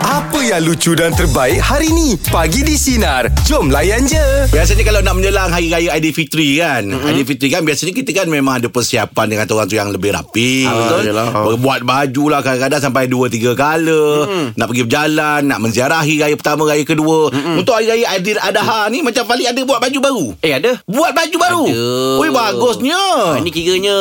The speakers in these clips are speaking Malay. Apa yang lucu dan terbaik hari ni? Pagi di Sinar. Jom layan je. Biasanya kalau nak menjelang Hari Raya Aidilfitri kan mm-hmm. Aidilfitri kan Biasanya kita kan memang ada persiapan Dengan orang tu yang lebih rapi ah, Betul yelah. Buat baju lah Kadang-kadang sampai 2-3 kala mm-hmm. Nak pergi berjalan Nak menziarahi Raya pertama Raya kedua mm-hmm. Untuk Hari Raya Aidil Adha ni Macam Falik ada buat baju baru Eh ada Buat baju baru Ada. Ui bagusnya Ha, ini kiranya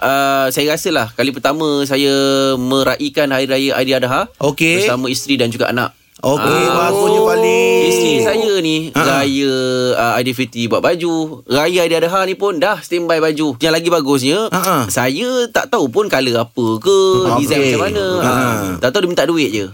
uh, saya rasa lah kali pertama saya meraihkan Hari Raya Aidiladha Okey. Eh, bersama isteri dan juga anak. Okey Ah. bagusnya Falik Isteri saya ni Ha. Raya uh, Aidilfitri buat baju Raya Aidiladha ni pun dah standby baju Yang lagi bagusnya Ha, ha. Saya tak tahu pun colour apa ke Ah, Design Okey. macam mana Ha. ha. Tak tahu dia minta duit je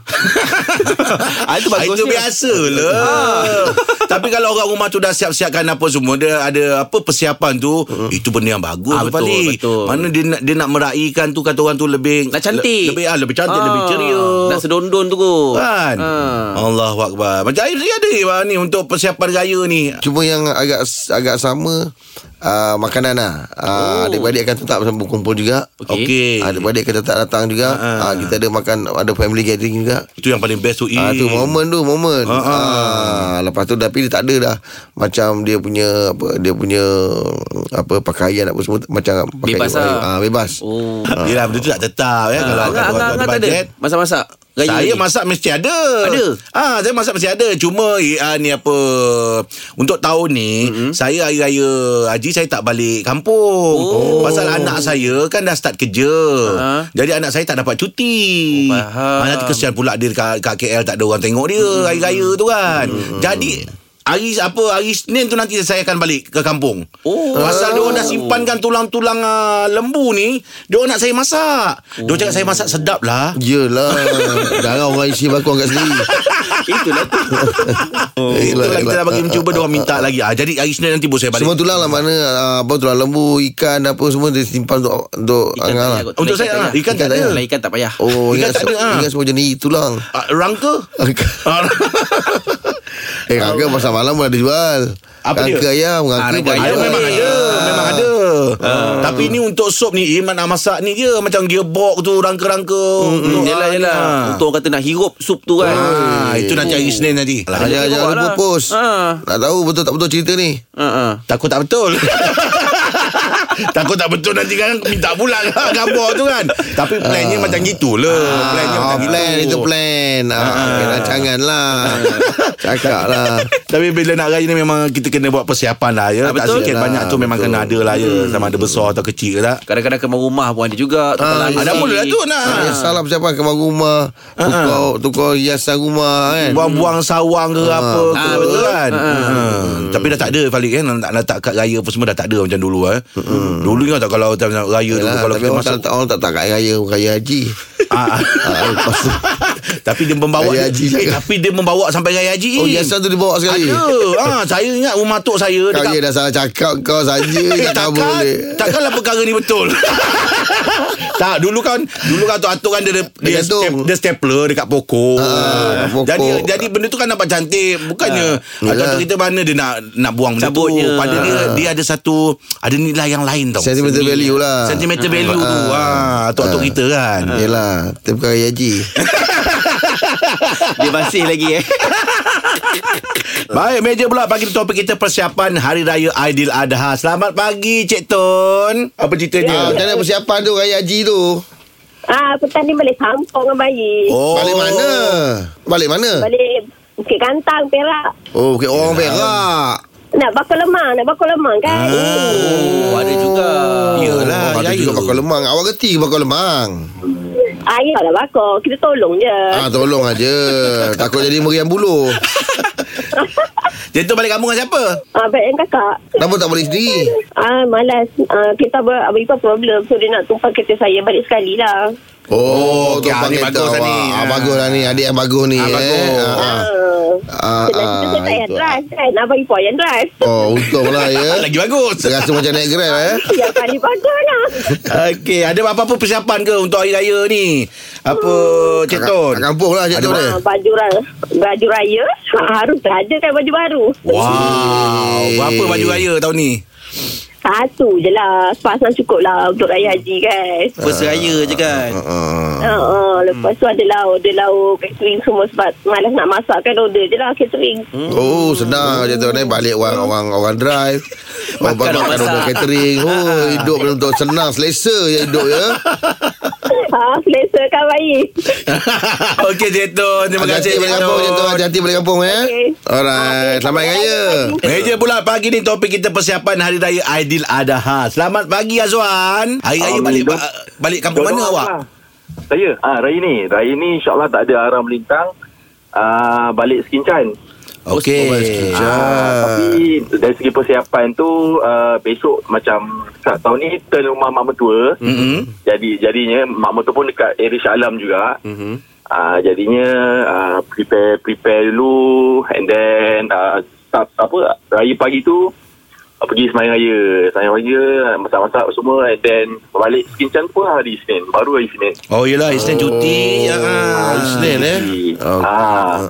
Ah, itu bagus. Itu biasa lah. Ah. Tapi kalau orang rumah tu dah siap-siapkan apa semua dia ada apa persiapan tu itu benda yang bagus Ah, tu, betul, Fali. betul. Mana dia nak dia nak meraihkan tu kata orang tu lebih Nak cantik le, lebih ah lebih cantik, lebih ceria. Nak sedondon tu kot Kan? Ha. Allahu akbar. Macam air dia ada Iman, ni untuk persiapan raya ni. Cuma yang agak agak sama uh, makanan lah. Uh, oh. Adik-beradik akan tetap berkumpul juga. Okey. Okey. Adik-beradik akan tetap datang juga. Uh. Uh, kita ada makan ada family gathering juga. Itu yang paling best tu. Ah tu momen tu Eh. momen. Ah, Ah, ah. lepas tu tapi dia tak ada dah macam dia punya apa dia punya apa pakaian apa semua macam pakaian Bebas lah. ah bebas. Oh Yalah benda tu tak tetap ya kalau Angah, kata Angah, orang Angah ada tak Ah. ada bajet. Masak-masak Raya Saya ni. masak mesti ada. Ada? Ah, saya masak mesti ada. Cuma uh, ni apa untuk tahun ni mm-hmm. saya hari raya haji saya tak balik kampung. Oh. Pasal anak saya kan dah start kerja. Ha. Jadi anak saya tak dapat cuti. Oh, faham. Ah, nanti kesian pula dia kat, kat KL tak ada orang tengok dia mm-hmm. hari raya tu kan. Mm-hmm. Jadi Hari apa hari Senin tu nanti saya akan balik ke kampung. Oh. Pasal dia orang dah simpankan tulang-tulang uh, lembu ni, dia orang nak saya masak. Oh. Dia orang cakap saya masak sedap lah. Yelah Jangan orang isi bakar kat sendiri Eh, Itulah tu Oh, Yelah, kita yelah. dah bagi mencuba Diorang minta lagi ah, Jadi hari Senin nanti Bos saya balik Semua tulang lah mana ah, Apa tulang lembu Ikan apa semua Dia simpan untuk Untuk Ikan Angah tak lah payah kot. Untuk saya, tak ah, payah. ikan tak ada. Kalau ikan tak payah Oh Ikan ingat, tak ada, ah. ingat semua jenis tulang Ah, Rangka Ah, Eh rangka pasal malam pun ada jual Apa dia? Ha, Rangka ayam Ah, Rangka rangka ayam Ayam Ayam memang ada Memang ada Ah. Tapi ni untuk sop ni Iman nak masak ni je Macam gearbox tu Rangka-rangka Untuk- Hmm, Yelah yelah ah. Untuk orang kata nak hirup sup tu kan Ah, ya, Itu nanti hari Senin nanti Ada Jangan, dia jangan bawa lupa lah. post Ah. Ha. Nak tahu betul tak betul cerita ni Ha, ha. Takut tak betul Takut tak betul nanti kan Minta pula lah gambar tu kan Tapi plannya macam gitulah Plannya Ah, macam gitu Ha. Plan itu plan ah, okay, Rancangan lah Cakap lah Tapi bila nak raya ni memang kita kena buat persiapan lah ya. Ah, tak betul. sikit Yalah, banyak tu memang betul. kena ada lah ya. Sama ada besar atau kecil ke tak. Kadang-kadang kemar rumah pun ada juga Ah, Ada pun lah tu nak. Ah. Salah persiapan kemar rumah Ha. Tukar, tukar hiasan rumah kan Buang-buang sawang ke apa ke Ah, betul. kan. Hmm. Tapi dah tak ada Falik kan. Nak letak kat raya apa semua dah tak ada macam dulu eh. Dulu ingat tak kalau time raya dulu Yalah, kalau lah, tapi kita orang masuk. tak, orang tak tak kat raya Raya haji Ah, ah. Ah, lepas tu- Tapi dia membawa Raya haji eh, cakap. Tapi dia membawa sampai Raya Haji Oh hiasan tu dibawa sekali Ada ah, Saya ingat rumah tok saya Kau je dekat dah salah cakap kau saja Eh, Tak kau boleh takkan Takkanlah perkara ni betul Tak dulu kan Dulu kan atuk-atuk kan Dia, dia, dia, gantung. stap, dia stapler dekat pokok Ah, pokok. Ah. Jadi jadi benda tu kan nampak cantik Bukannya Atuk-atuk Yalah. Ah. kita mana dia nak Nak buang benda Cabutnya. tu Padahal dia, dia ada satu Ada nilai yang lain tau Sentimental Seni. value lah. Ah. Sentimental value tu ha, Atuk-atuk kita kan Ah, Yelah Tapi bukan raya haji Dia masih lagi eh Baik meja pula Pagi tu topik kita Persiapan Hari Raya Aidil Adha Selamat pagi Cik Tun Ya, Apa Ah, ceritanya? Macam mana persiapan tu Raya haji tu Ah, petang ni balik kampung dengan bayi. Oh. Balik mana Balik mana Balik Bukit Kantang, Perak. Oh okay, orang perak Nak bakar lemang, nak bakar lemang kan? Ah, Oh ada juga Yelah, oh, Ada raya. juga bakar lemang Awak kerti ke bakar lemang ah ya lah bakar. Kita tolong je. Ah, Tolong aja Takut jadi meriam bulu Cik Tun balik kampung dengan siapa? Ah, baik yang kakak. Kenapa tak boleh sendiri Ah, malas. Ah, kita ber, abang ipar problem. So, dia nak tumpang kereta saya balik sekali lah. Oh, Oh, okey, tu ah, ni pakai tu bagus lah awak. ni. Ah, Ah. bagus lah ni. Adik yang bagus ni. Ah, eh. bagus. Ah, ah. Ah. Ah, Sebab kita ah, saya tak payah itu. drive kan. Abang ipar yang drive. Oh, untung lah ya. Lagi bagus Terasa macam naik grab eh. yang paling bagus lah. Okey, ada apa-apa persiapan ke untuk hari raya ni? Apa Cik Tun? Kat kampung lah macam tu dia. Ah, baju, ra- baju raya. Ah, harus dah ada kan baju baru. Wow, berapa baju raya tahun ni? Satu je lah. Sepasang cukup lah untuk raya haji kan. First raya je kan Ah, Uh, Uh, uh, lepas tu ada lauk, ada lauk, catering semua sebab malas nak masak kan order je lah catering. Oh senang je tu ni balik orang orang orang drive Hmm. Makan, orang makan masak. orang catering oh hidup betul senang selesa je hidup ya ha, selesa kan baik. Okey Cik Tun Terima kasih hati Cik balik kampung je tu Tun hati balik kampung eh Okey. alright selamat hari raya Meja pula pagi ni topik kita persiapan Hari Raya Aidil Adha. Selamat pagi Azwan. Hari Raya balik ba- balik kampung mana Jodoh awak? lah. Saya ah raya ni, raya ni insya-Allah tak ada arah melintang. Ah balik Sekincan. lah. Oh, Okey. Ah, tapi dari segi persiapan tu ah, besok macam tak- tahun ni turn rumah mak mertua. Mm-hmm. Jadi jadinya mak mertua pun dekat area Shah Alam juga. Mm-hmm. Ah jadinya ah, prepare prepare dulu and then ah, start apa raya pagi tu ah, pergi semayang raya semayang raya masak-masak semua and then balik Sekincan pun lah hari Senin baru hari Senin Oh yelah Isnin cuti. Ah, Ah. Isnin, eh? Ah.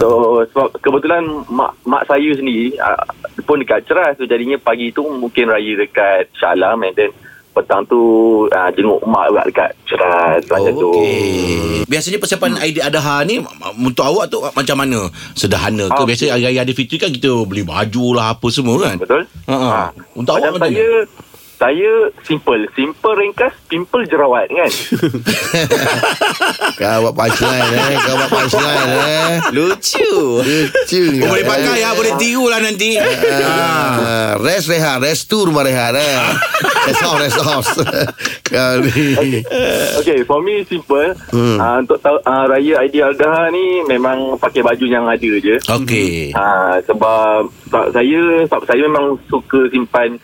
So sebab kebetulan mak mak saya sendiri ah, pun dekat Ceras tu jadinya pagi tu mungkin raya dekat Shah Alam and then petang tu ah, jenguk mak juga dekat Ceras oh, macam tu. Okey. Biasanya persiapan Aidil Adha ni m- untuk awak tu macam mana? Sederhana ke? Ah, Biasanya hari Raya Aidilfitri kan kita beli baju lah apa semua kan? Betul? Ha, ha. Untuk awak Macam macam saya mana? saya simple, simple ringkas, simple jerawat kan. kau buat punchline eh kau buat punchline eh ah, Lucu lucu eh. Oh, boleh pakai ya, boleh tiru lah nanti. Ah, rest rehat Rest tu rumah rehat eh. Ah. Rest house Rest house Kau ni Okay, for me simple. Hmm. Uh, untuk ta- uh, raya Aidil Adha ni memang pakai baju yang ada je. Okey. Ha, sebab, sebab saya sebab saya memang suka simpan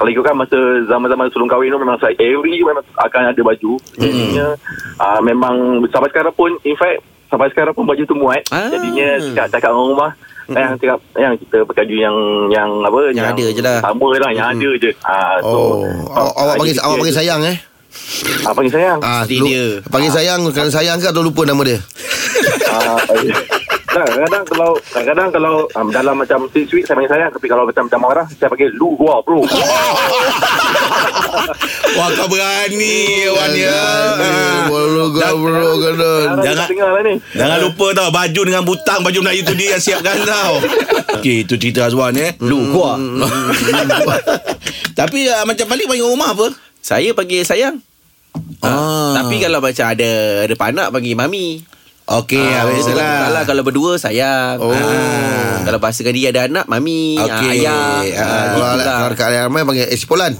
kalau ikutkan masa zaman-zaman sebelum kahwin tu memang saya every year memang akan ada baju. Jadinya uh, memang sampai sekarang pun in fact sampai sekarang pun baju tu muat. Ah. Jadinya cakap cakap orang rumah yang cakap yang kita pakai baju yang yang apa Yang ada je lah. Sama lah yang ada je. Ha, so Oh ah, aw- Awak jadi panggil dia Awak panggil tu- sayang eh Ah, panggil sayang. Ah, Isteri lu- dia. Panggil sayang Kerana sayang ke Atau lupa nama dia Ah, eh. Tak, kadang-kadang kalau kadang-kadang kalau um, dalam macam sweet-sweet saya panggil sayang tapi kalau macam macam marah saya panggil lu gua bro. Wah, kau berani Wan ya. Ah. Bulu Dah- bulu kena. Jangan dengar lah ni. Jangan lupa tau Baju dengan butang Baju Melayu tu dia yang siapkan tau Okey itu cerita Azwan eh Lu gua Tapi uh, macam balik panggil rumah apa? Saya panggil sayang ah. Tapi kalau macam ada Ada panak panggil mami Okey ah, Kalau- kalau- Biasalah Kalau berdua sayang Oh. ah. Kalau pasangan dia ada anak Mami Okey. ah, Ayah ah, Ah, Kalau gitulah. kalau kat Alian Ramai panggil "Eh, Espolan.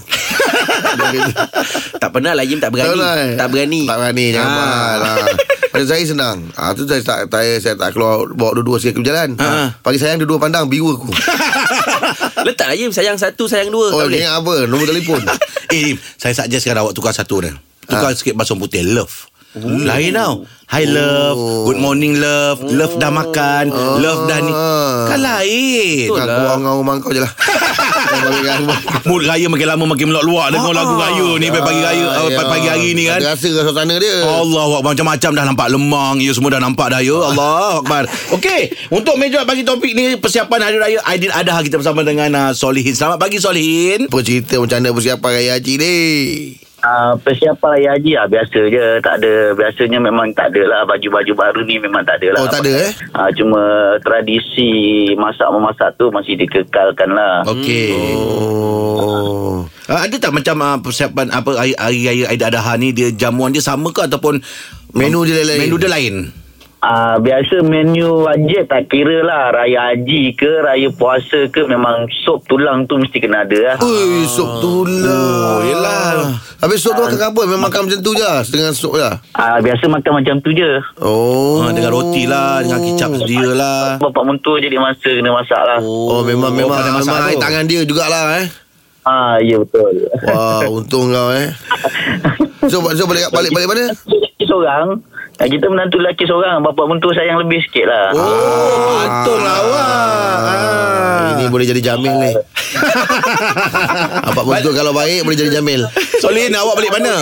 Tak pernah lah Jim tak berani Tak berani Tak berani jangan Ah. buat. Ah. Macam saya senang. Ah tu saya tak saya, saya tak keluar bawa dua-dua sekali ke jalan. Ah. Pagi sayang dua-dua pandang biru aku. Letak lah Jim Sayang satu sayang dua Oh, Tak boleh ingat apa? Nombor telefon. Eh Lim Saya suggest sekarang awak tukar satu ni Tukar sikit basung putih Love Ooh. Lain tau Hi love Good morning love Love dah makan Love dah ni Kan lain Kau keluar dengan rumah kau je lah. Kau balik kat rumah. Mood raya makin lama makin meluak-luak Dengar lagu raya ni Pagi raya eh, Ah, ya. Pagi hari ni kan Tak Terasa ke suasana dia. Allah Akbar Macam-macam dah nampak lemang Ya semua dah nampak dah ya Allah Akbar Okey Untuk meja bagi topik ni Persiapan Hari Raya Aidil Adha Kita bersama dengan uh, Solihin Selamat pagi Solihin Apa cerita macam mana persiapan Raya Haji ni? Uh, persiapan raya haji lah biasa je tak ada biasanya memang tak ada lah baju-baju baru ni memang tak ada lah Oh, tak ada eh? uh, cuma tradisi masak memasak tu masih dikekalkan lah Okey Oh. uh, Ada tak macam uh, persiapan apa Hari, Hari Raya Aidil Adha ni Dia jamuan dia sama ke Ataupun Menu dia lain-lain. Menu dia lain uh, biasa menu wajib tak kira lah raya haji ke raya puasa ke memang sop tulang tu mesti kena ada lah Ui, sup tu lah. Oh, yelah. Habis sup tu makan apa? Memang makan macam tu je? Dengan sup je? lah. uh, biasa makan macam tu je Oh. uh, Dengan roti lah Dengan kicap sedia lah bapak mentua jadi masa kena masak lah oh. Oh, memang memang pandai memang masak air tu. tangan dia jugalah eh. uh, ya betul Wah, untung kau eh. So, so balik balik balik mana? seorang Ah, Kita menantu lelaki seorang Bapa mentua sayang lebih sikit lah Oh, mantul lah awak. Ah, Ini boleh jadi Jamil ni Abang Mentua kalau baik Boleh jadi Jamil Solin, awak balik mana?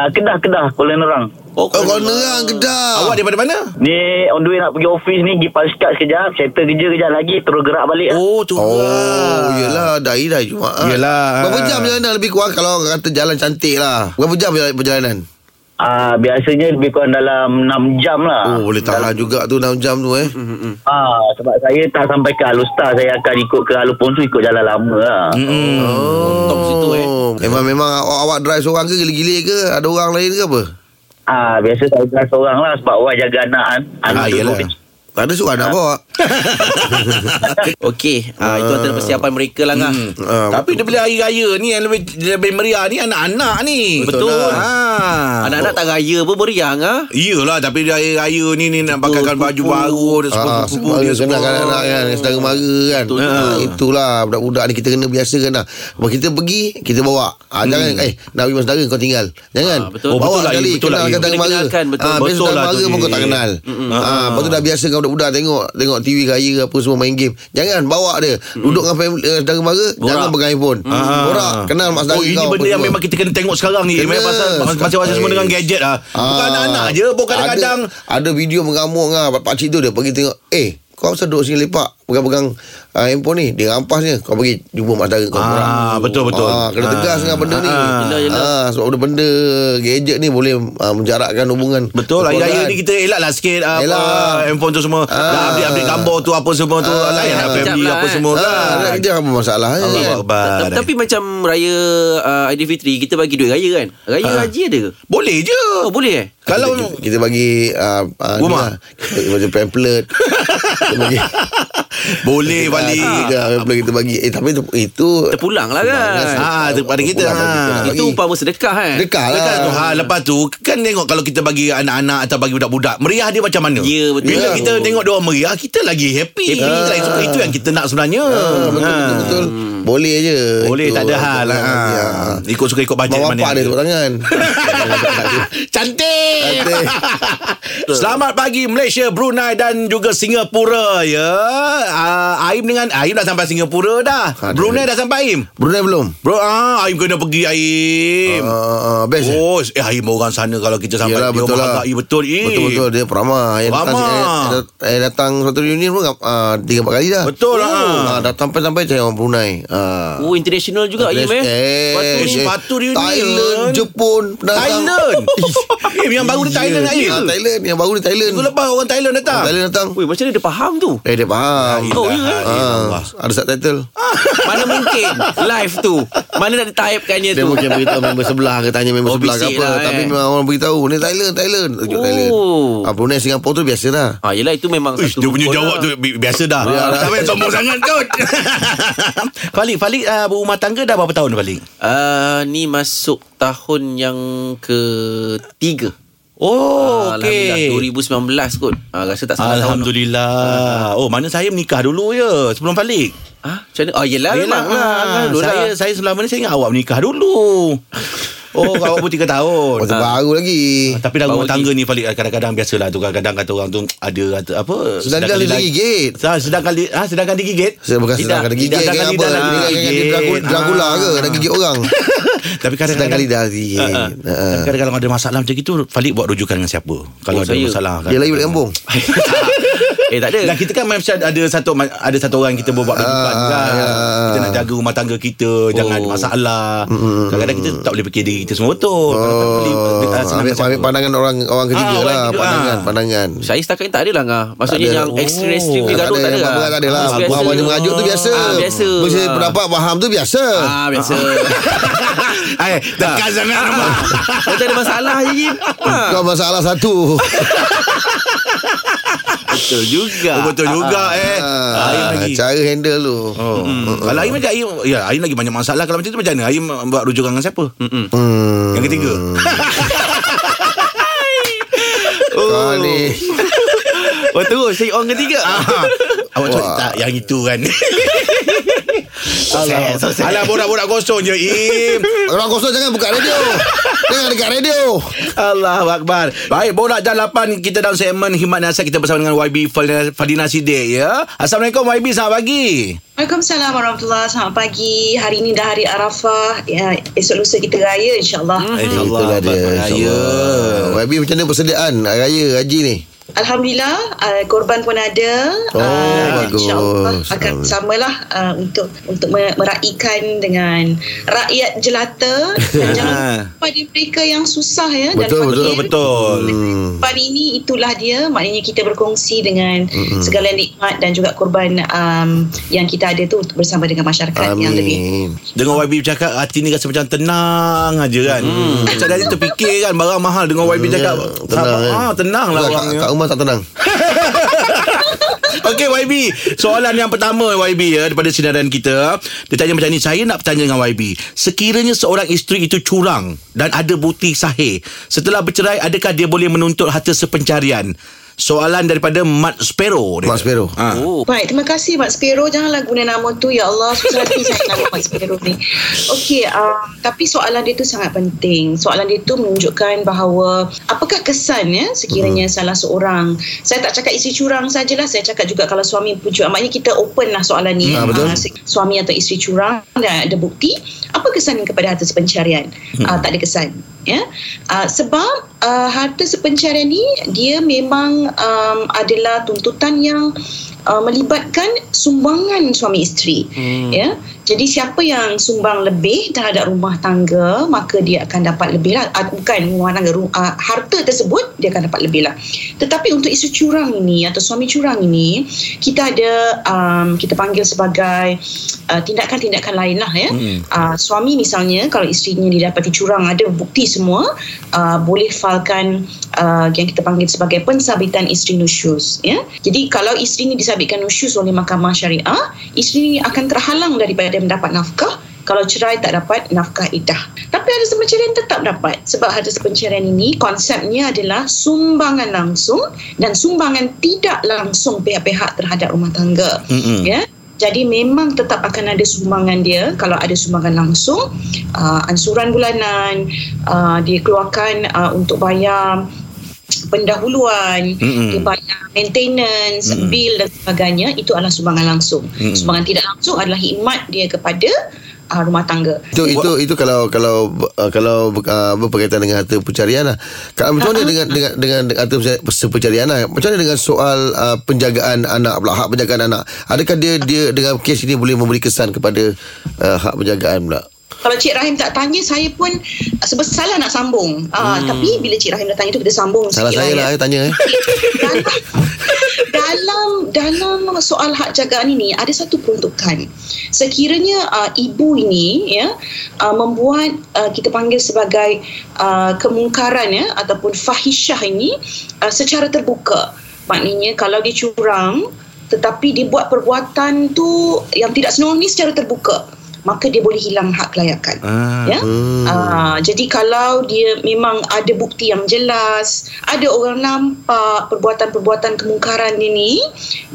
ah, Kedah-kedah Kuala Nerang Oh, Oh kau nerang Kedah Awak daripada mana? Ni on the way nak pergi office ni Pergi paskat sekejap Settle kerja kejap lagi Terus gerak balik lah Oh, tu. Oh Yelah Dari dah Jumaat Yelah. Berapa jam perjalanan Lebih kurang Kalau kata jalan cantik lah Berapa jam perjalanan ah, Biasanya lebih kurang dalam 6 jam lah Ah. Oh boleh tahan juga tu 6 jam tu eh ah, Sebab saya tak sampai ke Alustar Saya akan ikut ke Aluponsu Ikut jalan lama lah Hmm. Oh Top situ, eh. Memang memang awak, awak drive seorang ke Gila-gila ke Ada orang lain ke apa ah, Biasa saya jalan seorang lah Sebab awak jaga anak kan Anak Ah, dulu yelah. kecil. Tak ada surat nak bawa Okey, ah, itu antara persiapan mereka lah ngah. Hmm. Ah, Tapi dia beli hari raya ni yang lebih lebih meriah ni anak-anak ni. Betul. lah. Ah. Ha. Anak-anak tak raya pun beriang ah. Iyalah tapi dia hari raya ni ni nak pakaikan baju kupu. baru ada semua Ah, kupu-kupu semua dia dia semua. senang kan anak kan Sedara mara kan Betul, Ah, betul. Itulah Budak-budak ni kita kena biasa kan lah Kalau kita pergi Kita bawa ah, Jangan eh Nak pergi dengan saudara kau tinggal Jangan Ah, betul. Oh, Bawa Hmm. Betul lah, sekali ya, betul lah, Kenalkan ya. saudara Kena mara kenalkan, betul. Ah, Biasa Betul saudara lah mara tu, pun kau Ji. tak kenal Ah, Lepas tu dah biasa dengan budak-budak Tengok Tengok TV raya apa semua main game Jangan bawa dia Duduk dengan family, eh, saudara mara Jangan pegang handphone Borak Kenal mak saudara Ah. Oh ini kau benda apa yang semua. memang kita kena tengok sekarang ni Kena. Memang pasal Macam-macam semua dengan gadget lah Bukan Ah. anak-anak je Bukan kadang-kadang ada, ada video mengamuk dengan pak pakcik tu dia pergi tengok eh kau pasal duduk sini lepak pegang-pegang uh, handphone ni dia rampasnya kau pergi jumpa mak saudara kau Ah, betul-betul. ah, kena Ah. tegas dengan benda ni Ah. Yelah, yelah. Ah, sebab ada benda gadget ni boleh ah, menjarakkan hubungan Betul lah Keluargaan. Raya ni kita elak lah sikit apa, kan? Elak. Handphone tu semua Dah update-update gambar tu Apa semua tu Ah. Lain lah Sekejap family lah, Apa eh. semua ah, nak kan kerja apa masalah eh? Allah Ta- Akbar Tapi macam raya uh, Aidilfitri kita bagi duit raya kan. Raya Ah. haji ada ke? Boleh je Oh, boleh eh? Kalau kita, kita bagi ah, ah, ni Rumah. lah. kita bagi pamphlet kita bagi Boleh balik balik pamphlet kita bagi eh tapi tu- itu Terpulang lah kan. Ah, kepada kita, ah. Terpulang kan kita nak Itu bagi. umpama sedekah kan. Dekat lah Lepas tu, ha, lepas tu kan tengok kalau kita bagi anak-anak atau bagi budak-budak meriah dia macam mana? Ya, betul. Bila Ya. kita tengok dia orang meriah kita lagi happy. Happy. Lain suka itu yang kita nak sebenarnya. Ah, betul, Ha. betul, betul. Boleh je Boleh Itu. tak ada hal. Ha. Ya. Ikut suka ikut bajet Mak mana. bapak ada. dia tepuk tangan Cantik. Cantik. Selamat pagi Malaysia, Brunei dan juga Singapura ya. Ah, Aim dengan Aim dah sampai Singapura dah. Ada. Brunei dah sampai Aim. Brunei belum Bro, ah, Aim kena pergi Aim. Ah, ah, Best eh? Oh, eh Aim orang sana kalau kita sampai Yelah, dia betul lah. menghargai betul. Eh. Betul-betul Dia peramah Yang datang, Peramah. saya, saya eh, datang Suatu reunion pun ah, Tiga empat kali dah Betul lah. Ah, Datang sampai-sampai Saya orang Brunei Ah. Oh, international juga Aim eh. Eh, Patut ni eh, sepatu reunion. Thailand Jepun pendatang. Thailand. Aim yang baru ni Ya. Thailand Aim. Ah, Thailand Yang baru ni Thailand Tu lepas orang Thailand datang. Thailand datang Weh, macam mana dia faham tu? Eh dia faham Oh, ya, eh? Ah, Ada subtitle Mana mungkin live tu? Mana nak ditypekannya Dia tu? mungkin beritahu member sebelah ke tanya member Oh, sebelah ke bising apa lah, eh. tapi memang orang beritahu ni Thailand Thailand tunjuk Oh. Thailand. Ah Brunei Singapura tu biasa dah. Ah, yelah itu memang Uish, dia punya rukun jawab lah. tu bi- biasa dah. Tak payah sombong sangat kot. Falik, Falik uh, berumah tangga dah berapa tahun Falik? Ah, ni masuk tahun yang ketiga. Oh, Ah, okey. Alhamdulillah 2019 kot. Ah, rasa tak salah tahun. Alhamdulillah. Oh, mana saya menikah dulu ya sebelum Falik. Ah, macam mana? Ah, yelah, Yelah, memang lah. ah, Alhamdulillah. saya saya selama ni saya ingat awak menikah dulu. Oh, awak pun 3 tahun. Masa Ah. baru lagi. Ah, Tapi dalam Baru rumah tangga ni Falik kadang-kadang biasalah tu kadang-kadang kata orang tu ada kata apa Sedangkan dia digigit. Ah, sedangkan li, ah sedangkan digigit. Saya bukan sedang kena gigit Sedangkan ke apa. lidah lah. kan lagi Dia digigit. dia Dracula- Ah. Dracula ke nak gigit orang. Tapi kadang-kadang Sedang kali dah gigit. Ah, ah. Ah. Tapi kadang-kadang kalau ada masalah macam itu Falik buat rujukan dengan siapa Kalau Oh, ada saya. masalah kan. Dia lagi balik kampung. Eh, tak ada. Dan kita kan macam ada satu ada satu orang kita buat rujukan Ah, kan. ah, Oh. Kita ah. nak jaga rumah tangga kita, jangan masalah. Kadang-kadang kita tak boleh fikir diri kita semua tu. Kadang-kadang Oh, boleh, ah, senang ambil, macam ambil tu. pandangan orang orang ketiga Ah, orang lah, ketiga. pandangan, Ah. pandangan. Saya setakat ni tak ada lah ngah. Maksudnya ada. yang ekstrim-ekstrim Oh, dia tak gaduh ada tak ada. yang lah. tak ada lah. Ah, biasa. Abang-abang mengajuk tu biasa. Ah, biasa. Bersih Ah. pendapat faham tu biasa. Ah, biasa. Eh, tekan sangat nama. Macam ada masalah je Jim. Ah, Kau masalah satu. Betul juga. Oh, betul juga eh. Aim Ah, lagi. Cara handle tu. Hmm. Oh. Mm. Kalau Aim macam Aim ya Aim lagi banyak masalah kalau macam tu macam mana? Aim buat rujukan dengan siapa? Mm-mm. Hmm. Yang ketiga. Kau ni. Oh, terus. Saya on ketiga. Awak cakap tak yang itu kan. Alah, Alah borak-borak kosong je Im Kalau kosong jangan buka radio Jangan dekat radio Allahu Akbar Baik Borak Jam 8 Kita dalam segmen Himat Nasihat Kita bersama dengan YB Fadina- Fadina Sidik ya Assalamualaikum YB Selamat pagi Waalaikumsalam warahmatullahi Selamat pagi Hari ini dah hari Arafah ya, Esok lusa kita raya insyaAllah hmm. InsyaAllah Itulah dia Raya. InsyaAllah YB macam mana persediaan Raya Haji ni Alhamdulillah uh, Korban pun ada Oh, Ah, bagus. InsyaAllah Akan Bagus. samalah uh, Untuk untuk me- meraikan dengan Rakyat jelata Dan jangan lupa pada mereka yang susah ya Betul, Dan betul, fakir. Betul Korban ini itulah dia maknanya kita berkongsi dengan mm-hmm. segala nikmat dan juga korban um, yang kita ada tu untuk bersama dengan masyarakat yang lebih Hmm, Amin Dengan YB bercakap Hati ni rasa macam tenang aja kan hmm. Macam tadi terfikir kan Barang mahal Dengan YB cakap Hmm, Tenang sama- kan? ah, Tenang lah Kat- orangnya Kat rumah tak tenang Okey YB Soalan yang pertama YB ya Daripada sinaran kita Dia tanya macam ni Saya nak bertanya dengan YB Sekiranya seorang isteri itu curang Dan ada bukti sahih Setelah bercerai Adakah dia boleh menuntut harta sepencarian Soalan daripada Mat Spero dia. Mak Spero ha. Oh. Baik, terima kasih Mat Spiro. Janganlah guna nama tu. Ya Allah, susah hati saya nama Mat Spiro ni. Okey, um, tapi soalan dia tu sangat penting. Soalan dia tu menunjukkan bahawa apakah kesan ya sekiranya salah seorang. Saya tak cakap isteri curang sajalah. Saya cakap juga kalau suami pun curang. Maknanya kita open lah soalan ni. Ah, betul. Ah, se- suami atau isteri curang dan ada bukti. Apa kesan kepada harta sepencarian? Hmm. Ah, tak ada kesan. Ya, Ah, sebab ah, harta sepencarian ni dia memang um, adalah tuntutan yang uh, melibatkan sumbangan suami isteri hmm. ya jadi siapa yang sumbang lebih terhadap rumah tangga maka dia akan dapat lebih lah uh, bukan rumah tangga ru- uh, harta tersebut dia akan dapat lebih lah tetapi untuk isu curang ini atau suami curang ini kita ada um, kita panggil sebagai uh, tindakan-tindakan lain lah ya hmm. uh, suami misalnya kalau isterinya didapati curang ada bukti semua uh, boleh falkan uh, yang kita panggil sebagai pensabitan isteri nusyus ya jadi kalau isteri ini disabitkan nusyus oleh mahkamah syariah isteri ini akan terhalang daripada mendapat nafkah kalau cerai tak dapat nafkah iddah. Tapi harta sepencarian tetap dapat sebab harta sepencarian ini konsepnya adalah sumbangan langsung dan sumbangan tidak langsung pihak-pihak terhadap rumah tangga. Mm-hmm. Ya. Jadi memang tetap akan ada sumbangan dia kalau ada sumbangan langsung uh, ansuran bulanan uh, dia keluarkan uh, untuk bayar pendahuluan, mm-hmm. dia bayar maintenance, mm-hmm. bil dan sebagainya itu adalah sumbangan langsung. Mm-hmm. Sumbangan tidak langsung adalah khidmat dia kepada uh, rumah tangga. itu itu itu kalau kalau uh, kalau uh, berkaitan dengan harta pencarian lah. Kalau Ah, macam mana dengan dengan dengan harta penca- pencarian lah. Macam mana dengan soal uh, penjagaan anak pula hak penjagaan anak. Adakah dia dia dengan kes ini boleh memberi kesan kepada uh, hak penjagaan pula? Kalau Cik Rahim tak tanya saya pun uh, sebesalah nak sambung. Uh, hmm. tapi bila Cik Rahim dah tanya tu kita sambung Mm. Salah Ya, sikit saya lah saya tanya eh. dalam dalam dalam soal hak jagaan ini ada satu peruntukan. Sekiranya uh, ibu ini ya uh, membuat uh, kita panggil sebagai uh, kemungkaran ya ataupun fahisyah ini uh, secara terbuka. Maknanya kalau dia curang tetapi dia buat perbuatan tu yang tidak senonoh ni secara terbuka maka dia boleh hilang hak kelayakan. Ah, ya. Ah, jadi kalau dia memang ada bukti yang jelas, ada orang nampak perbuatan-perbuatan kemungkaran ini,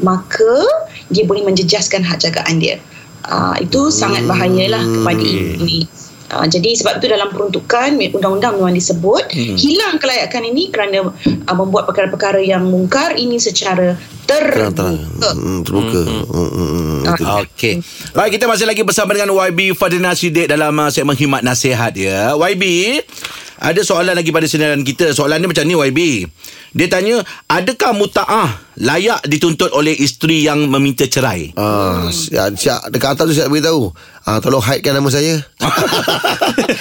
maka dia boleh menjejaskan hak jagaan dia. Ah, itu sangat bahayalah kepada ibu ini. Ah, jadi sebab itu dalam peruntukan undang-undang memang disebut hmm. hilang kelayakan ini kerana ah, membuat perkara-perkara yang mungkar ini secara Terang-terang. terbuka. Hmm, terbuka. Hmm, hmm, hmm. Ah, Okey Baik kita masih lagi bersama dengan YB Fadina Sidik Dalam uh, segmen Himat Nasihat ya YB Ada soalan lagi pada sinaran kita Soalan dia macam ni YB Dia tanya Adakah muta'ah layak dituntut oleh isteri yang meminta cerai? Ah, siap, siap dekat atas tu siap beritahu. Ah, tolong hidekan nama saya.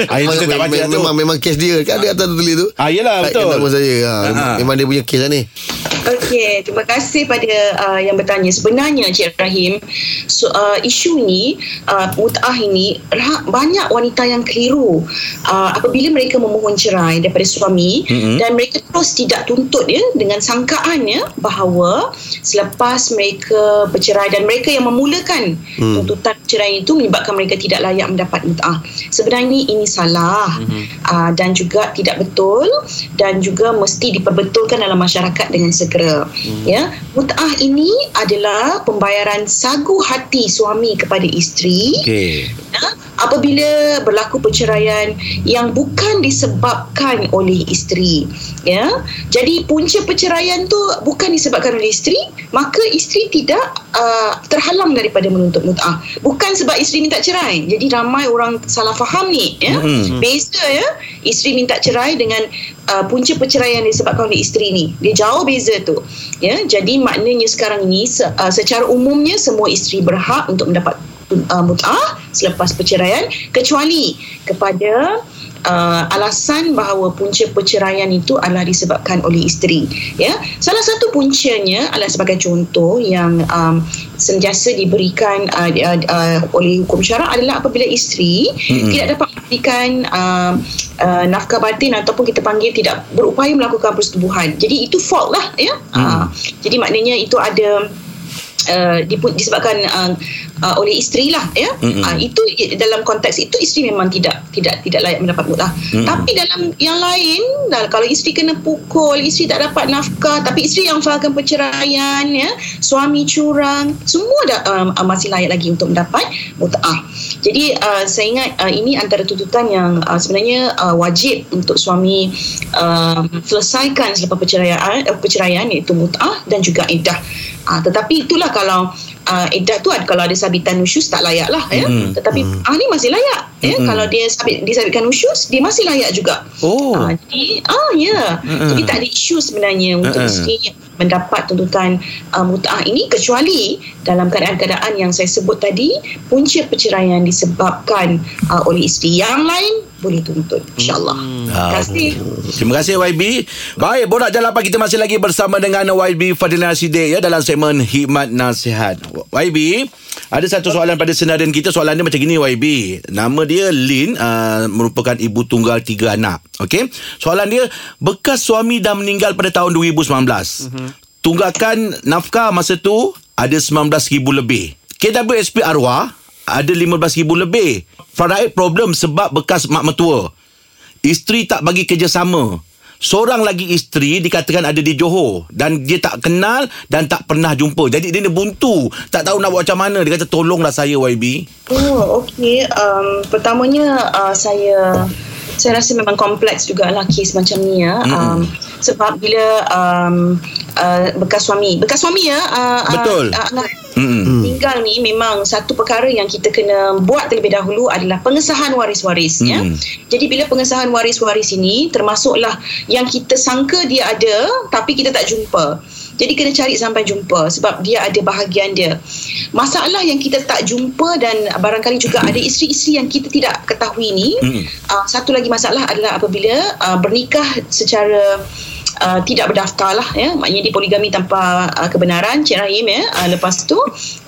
Ah, itu saya tak baca memang, tu. memang, memang kes dia Kat dia atas tu tulis tu Ah, yelah, Hidekan betul. nama saya ha, Ah. Memang dia punya kes lah ni Okey, terima kasih pada uh, yang bertanya. Sebenarnya Cik Rahim, so, uh, isu ni, uh, mut'ah ini, ra- banyak wanita yang keliru uh, apabila mereka memohon cerai daripada suami mm-hmm. dan mereka terus tidak tuntut ya dengan sangkaannya bahawa bahawa selepas mereka bercerai dan mereka yang memulakan hmm. tuntutan cerai itu menyebabkan mereka tidak layak mendapat mutah. Sebenarnya ini salah hmm. uh, dan juga tidak betul dan juga mesti diperbetulkan dalam masyarakat dengan segera. Hmm. Ya, mutah ini adalah pembayaran sagu hati suami kepada isteri. Okey. Ya, apabila berlaku perceraian yang bukan disebabkan oleh isteri ya jadi punca perceraian tu bukan disebabkan oleh isteri maka isteri tidak uh, terhalang daripada menuntut mutah bukan sebab isteri minta cerai jadi ramai orang salah faham ni ya mm-hmm. beza ya isteri minta cerai dengan uh, punca perceraian disebabkan oleh isteri ni dia jauh beza tu ya jadi maknanya sekarang ini se- uh, secara umumnya semua isteri berhak untuk mendapat uh, mut'ah selepas perceraian kecuali kepada uh, alasan bahawa punca perceraian itu adalah disebabkan oleh isteri ya salah satu puncanya adalah sebagai contoh yang um, sentiasa diberikan uh, uh, uh, oleh hukum syarak adalah apabila isteri mm-hmm. tidak dapat memberikan uh, uh, nafkah batin ataupun kita panggil tidak berupaya melakukan persetubuhan jadi itu fault lah ya mm. uh, jadi maknanya itu ada Uh, dipu- disebabkan uh, uh, oleh isteri lah ya mm-hmm. uh, itu i- dalam konteks itu isteri memang tidak tidak tidak layak mendapat mutlah mm-hmm. tapi dalam yang lain nah, kalau isteri kena pukul isteri tak dapat nafkah tapi isteri yang fahamkan perceraian ya suami curang semua dah um, uh, masih layak lagi untuk mendapat mutah jadi uh, saya ingat uh, ini antara tuntutan yang uh, sebenarnya uh, wajib untuk suami uh, selesaikan selepas perceraian uh, perceraian iaitu mutah dan juga iddah uh, tetapi itulah kalau uh, iddah tu ada, kalau ada sabitan nusyus tak layak lah ya. Mm. Tetapi mm. ah ni masih layak ya. Mm. Kalau dia sabit disabitkan nusyus dia masih layak juga. Oh. Ah jadi ah ya. Mm-mm. Jadi tak ada isu sebenarnya untuk Mm-mm. isteri mendapat tuntutan uh, mutaah ini kecuali dalam keadaan-keadaan yang saya sebut tadi punca perceraian disebabkan uh, oleh isteri yang lain boleh tuntut insyaallah. Mm. Terima kasih. Terima kasih YB. Baik, Borak Jalan Pagi kita masih lagi bersama dengan YB Fadila Sidek ya dalam segmen Hikmat Nasihat. YB, ada satu soalan pada senarian kita. Soalan dia macam gini YB. Nama dia Lin, uh, merupakan ibu tunggal tiga anak. Okey. Soalan dia, bekas suami dah meninggal pada tahun 2019. Mm-hmm. Tunggakan nafkah masa tu ada 19,000 lebih. KWSP arwah ada 15,000 lebih. Faraid problem sebab bekas mak mertua. Isteri tak bagi kerjasama. Seorang lagi isteri dikatakan ada di Johor dan dia tak kenal dan tak pernah jumpa. Jadi dia ni buntu, tak tahu nak buat macam mana. Dia kata tolonglah saya YB. Oh, okey. Um, pertamanya uh, saya saya rasa memang kompleks jugalah kes macam ni ya. Um, sebab bila um, uh, bekas suami, bekas suami ya. Uh, uh, Betul. Uh, uh, tinggal ni memang satu perkara yang kita kena buat terlebih dahulu adalah pengesahan waris-waris ya. Jadi bila pengesahan waris-waris ini termasuklah yang kita sangka dia ada tapi kita tak jumpa. Jadi kena cari sampai jumpa sebab dia ada bahagian dia. Masalah yang kita tak jumpa dan barangkali juga ada isteri-isteri yang kita tidak ketahui ni. Mm. Uh, satu lagi masalah adalah apabila uh, bernikah secara Uh, tidak berdaftar lah ya maknanya dia poligami tanpa uh, kebenaran Cik Rahim ya uh, lepas tu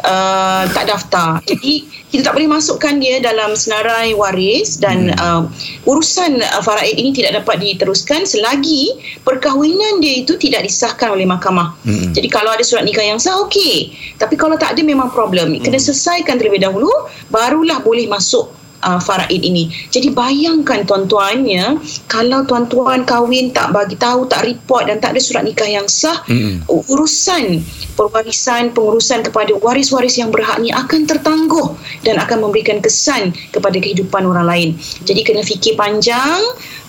uh, tak daftar jadi kita tak boleh masukkan dia dalam senarai waris dan uh, urusan uh, faraid ini tidak dapat diteruskan selagi perkahwinan dia itu tidak disahkan oleh mahkamah hmm. jadi kalau ada surat nikah yang sah okey tapi kalau tak ada memang problem kena selesaikan terlebih dahulu barulah boleh masuk uh, faraid ini. Jadi bayangkan tuan-tuan ya, kalau tuan-tuan kahwin tak bagi tahu, tak report dan tak ada surat nikah yang sah, mm-hmm. urusan pewarisan, pengurusan kepada waris-waris yang berhak ni akan tertangguh dan akan memberikan kesan kepada kehidupan orang lain. Jadi kena fikir panjang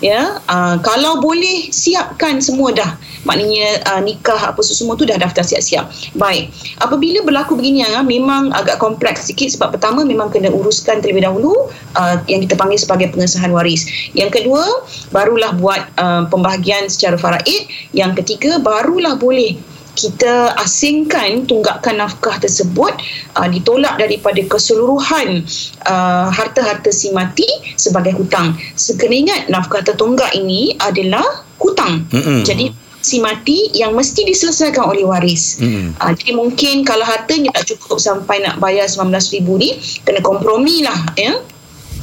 ya. Uh, kalau boleh siapkan semua dah. Maknanya uh, nikah apa semua tu dah daftar siap-siap. Baik. Apabila berlaku begini ya, memang agak kompleks sikit sebab pertama memang kena uruskan terlebih dahulu uh, yang kita panggil sebagai pengesahan waris. Yang kedua, barulah buat uh, pembahagian secara faraid. Yang ketiga, barulah boleh kita asingkan tunggakan nafkah tersebut uh, ditolak daripada keseluruhan uh, harta-harta si mati sebagai hutang. Sekena ingat nafkah tertonggak ini adalah hutang. Mm-mm. Jadi si mati yang mesti diselesaikan oleh waris. Hmm. Uh, jadi mungkin kalau hartanya tak cukup sampai nak bayar RM19,000 ni, kena kompromi lah ya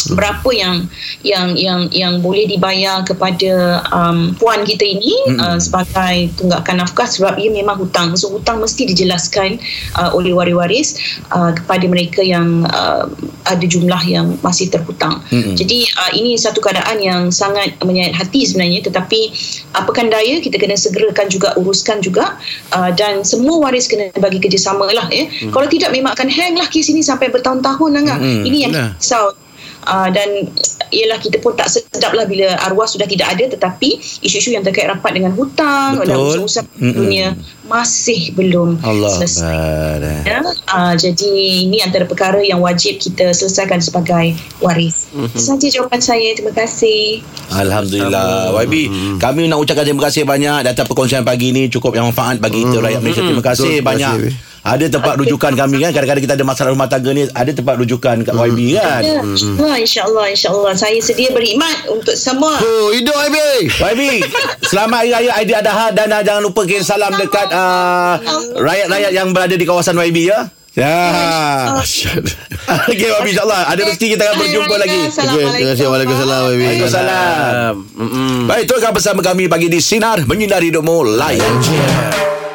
berapa yang yang yang yang boleh dibayar kepada um, puan kita ini uh, sebagai tunggakan nafkah sebab ia memang hutang so hutang mesti dijelaskan uh, oleh waris-waris uh, kepada mereka yang uh, ada jumlah yang masih terhutang jadi uh, ini satu keadaan yang sangat menyayat hati sebenarnya tetapi apakan daya kita kena segerakan juga uruskan juga uh, dan semua waris kena bagi kerjasama lah ya kalau tidak memang akan hang lah kes ini sampai bertahun-tahun Angah Mm-mm. ini yang Yalah. risau Uh, dan ialah kita pun tak sedap lah bila arwah sudah tidak ada tetapi isu-isu yang terkait rapat dengan hutang Betul. dan usaha-usaha Mm-mm. dunia masih belum Allah selesai. Akbar. Ya, uh, jadi ini antara perkara yang wajib kita selesaikan sebagai waris. Mm-hmm. Saja jawapan saya. Terima kasih. Alhamdulillah YB Kami nak ucapkan terima kasih banyak Datang perkongsian pagi ni Cukup yang manfaat bagi kita rakyat Malaysia Terima kasih Hmm. Betul, terima banyak kasih, Ada tempat rujukan kami kan Kadang-kadang kita ada masalah rumah tangga ni Ada tempat rujukan kat YB Hmm. kan Ya, ah, insyaAllah, insyaAllah. Saya sedia berkhidmat untuk semua. Oh, hidup Aibi. YB Selamat Hari Raya Aidiladha Dan uh, jangan lupa kirim salam dekat uh, Rakyat-rakyat yang berada di kawasan YB ya Ya Okay YB insyaAllah Ada rezeki kita akan berjumpa Hari lagi Raya, Assalamualaikum. Terima kasih. Waalaikumsalam Aibi. Waalaikumsalam Baik teruskan bersama kami Pagi di Sinar Menyinari Hidupmu Layan je